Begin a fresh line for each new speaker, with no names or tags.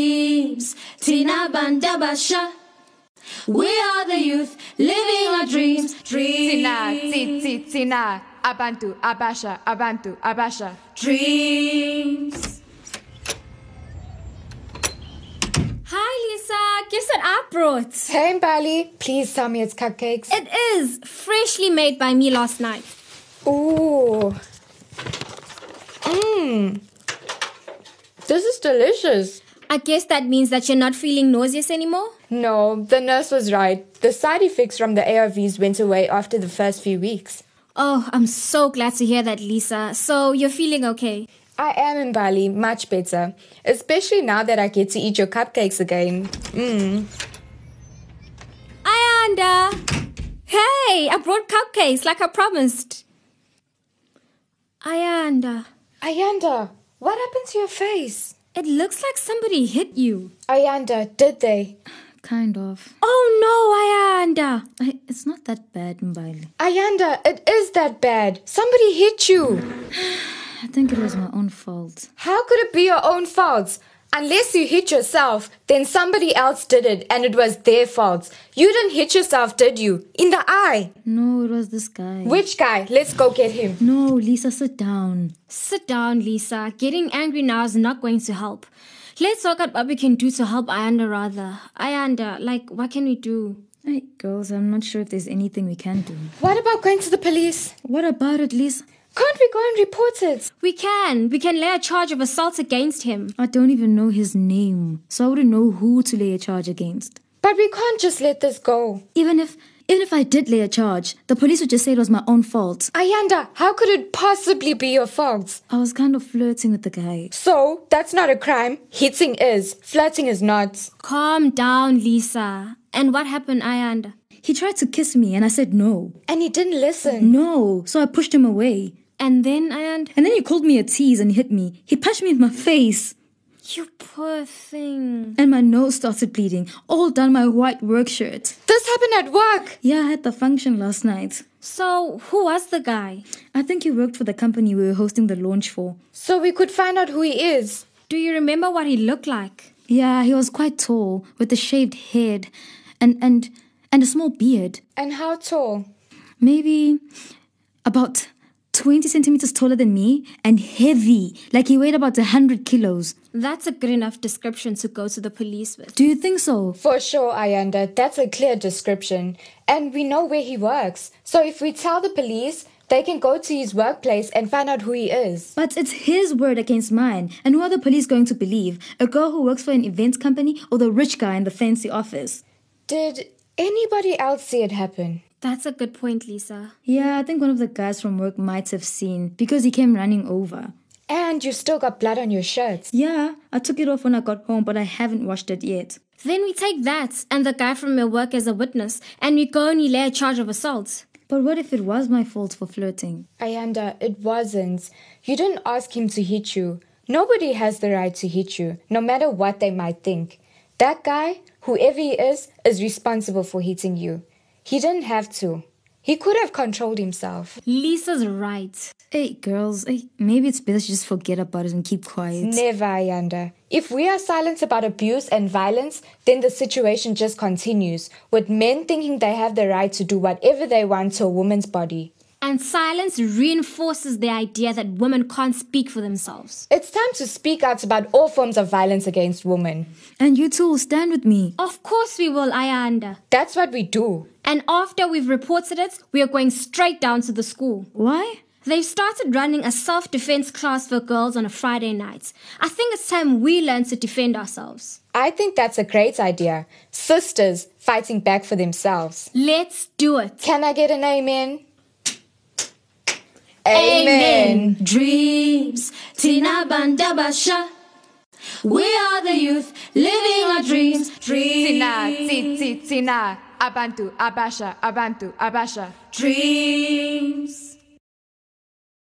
Dreams, Tina Bandabasha. We are the youth living our dreams. Dreams,
Tina, ti, ti, Tina, Abantu, Abasha, Abantu, Abasha.
dreams. Hi, Lisa. Guess what I brought?
Hey, Bali, please tell me it's cupcakes.
It is freshly made by me last night.
Ooh. Mmm. This is delicious.
I guess that means that you're not feeling nauseous anymore.
No, the nurse was right. The side effects from the ARVs went away after the first few weeks.
Oh, I'm so glad to hear that, Lisa. So you're feeling okay.
I am in Bali, much better. Especially now that I get to eat your cupcakes again. Hmm.
Ayanda! Hey, I brought cupcakes like I promised. Ayanda,
Ayanda, what happened to your face?
it looks like somebody hit you.
Ayanda, did they?
Kind of.
Oh no, Ayanda!
I, it's not that bad, Mbali.
Ayanda, it is that bad. Somebody hit you.
I think it was my own fault.
How could it be your own fault? Unless you hit yourself, then somebody else did it and it was their fault. You didn't hit yourself, did you? In the eye.
No, it was this guy.
Which guy? Let's go get him.
No, Lisa, sit down.
Sit down, Lisa. Getting angry now is not going to help. Let's talk about what we can do to help Ayanda rather. Ayanda, like, what can we do?
Hey, girls, I'm not sure if there's anything we can do.
What about going to the police?
What about it, Lisa?
Can't we go and report it?
We can. We can lay a charge of assault against him.
I don't even know his name, so I wouldn't know who to lay a charge against.
But we can't just let this go.
Even if, even if I did lay a charge, the police would just say it was my own fault.
Ayanda, how could it possibly be your fault?
I was kind of flirting with the guy.
So, that's not a crime. Hitting is, flirting is not.
Calm down, Lisa. And what happened, Ayanda?
He tried to kiss me, and I said no,
And he didn't listen.
no. So I pushed him away,
And then, Ayanda?
and then he called me a tease and hit me. He punched me in my face.
You poor thing.
and my nose started bleeding, all down my white work shirt.
This happened at work.
Yeah, I had the function last night.
So, who was the guy?
I think he worked for the company we were hosting the launch for.
So we could find out who he is.
Do you remember what he looked like?
Yeah, he was quite tall, with a shaved head and and and a small beard.
And how tall?
Maybe about 20 centimeters taller than me and heavy, like he weighed about 100 kilos.
That's a good enough description to go to the police with.
Do you think so?
For sure, Ayanda, that's a clear description. And we know where he works. So if we tell the police, they can go to his workplace and find out who he is.
But it's his word against mine. And who are the police going to believe? A girl who works for an events company or the rich guy in the fancy office?
Did anybody else see it happen?
That's a good point, Lisa.
Yeah, I think one of the guys from work might have seen because he came running over.
And you still got blood on your shirt.
Yeah, I took it off when I got home, but I haven't washed it yet.
Then we take that and the guy from your work as a witness and we go and we lay a charge of assault.
But what if it was my fault for flirting?
Ayanda, it wasn't. You didn't ask him to hit you. Nobody has the right to hit you, no matter what they might think. That guy, whoever he is, is responsible for hitting you. He didn't have to. He could have controlled himself.
Lisa's right.
Hey, girls, hey, maybe it's better to just forget about it and keep
Mm.
quiet.
Never, Ayanda. If we are silent about abuse and violence, then the situation just continues, with men thinking they have the right to do whatever they want to a woman's body.
And silence reinforces the idea that women can't speak for themselves.
It's time to speak out about all forms of violence against women.
And you two will stand with me.
Of course we will, Ayanda.
That's what we do.
And after we've reported it, we are going straight down to the school.
Why?
They've started running a self defense class for girls on a Friday night. I think it's time we learn to defend ourselves.
I think that's a great idea. Sisters fighting back for themselves.
Let's do it.
Can I get an amen?
Dreams, Tina Bandabasha. We are the youth living our dreams. Dreams,
Tina,
ti, ti, Tina. Abantu, Abasha, Abantu, Abasha. Dreams.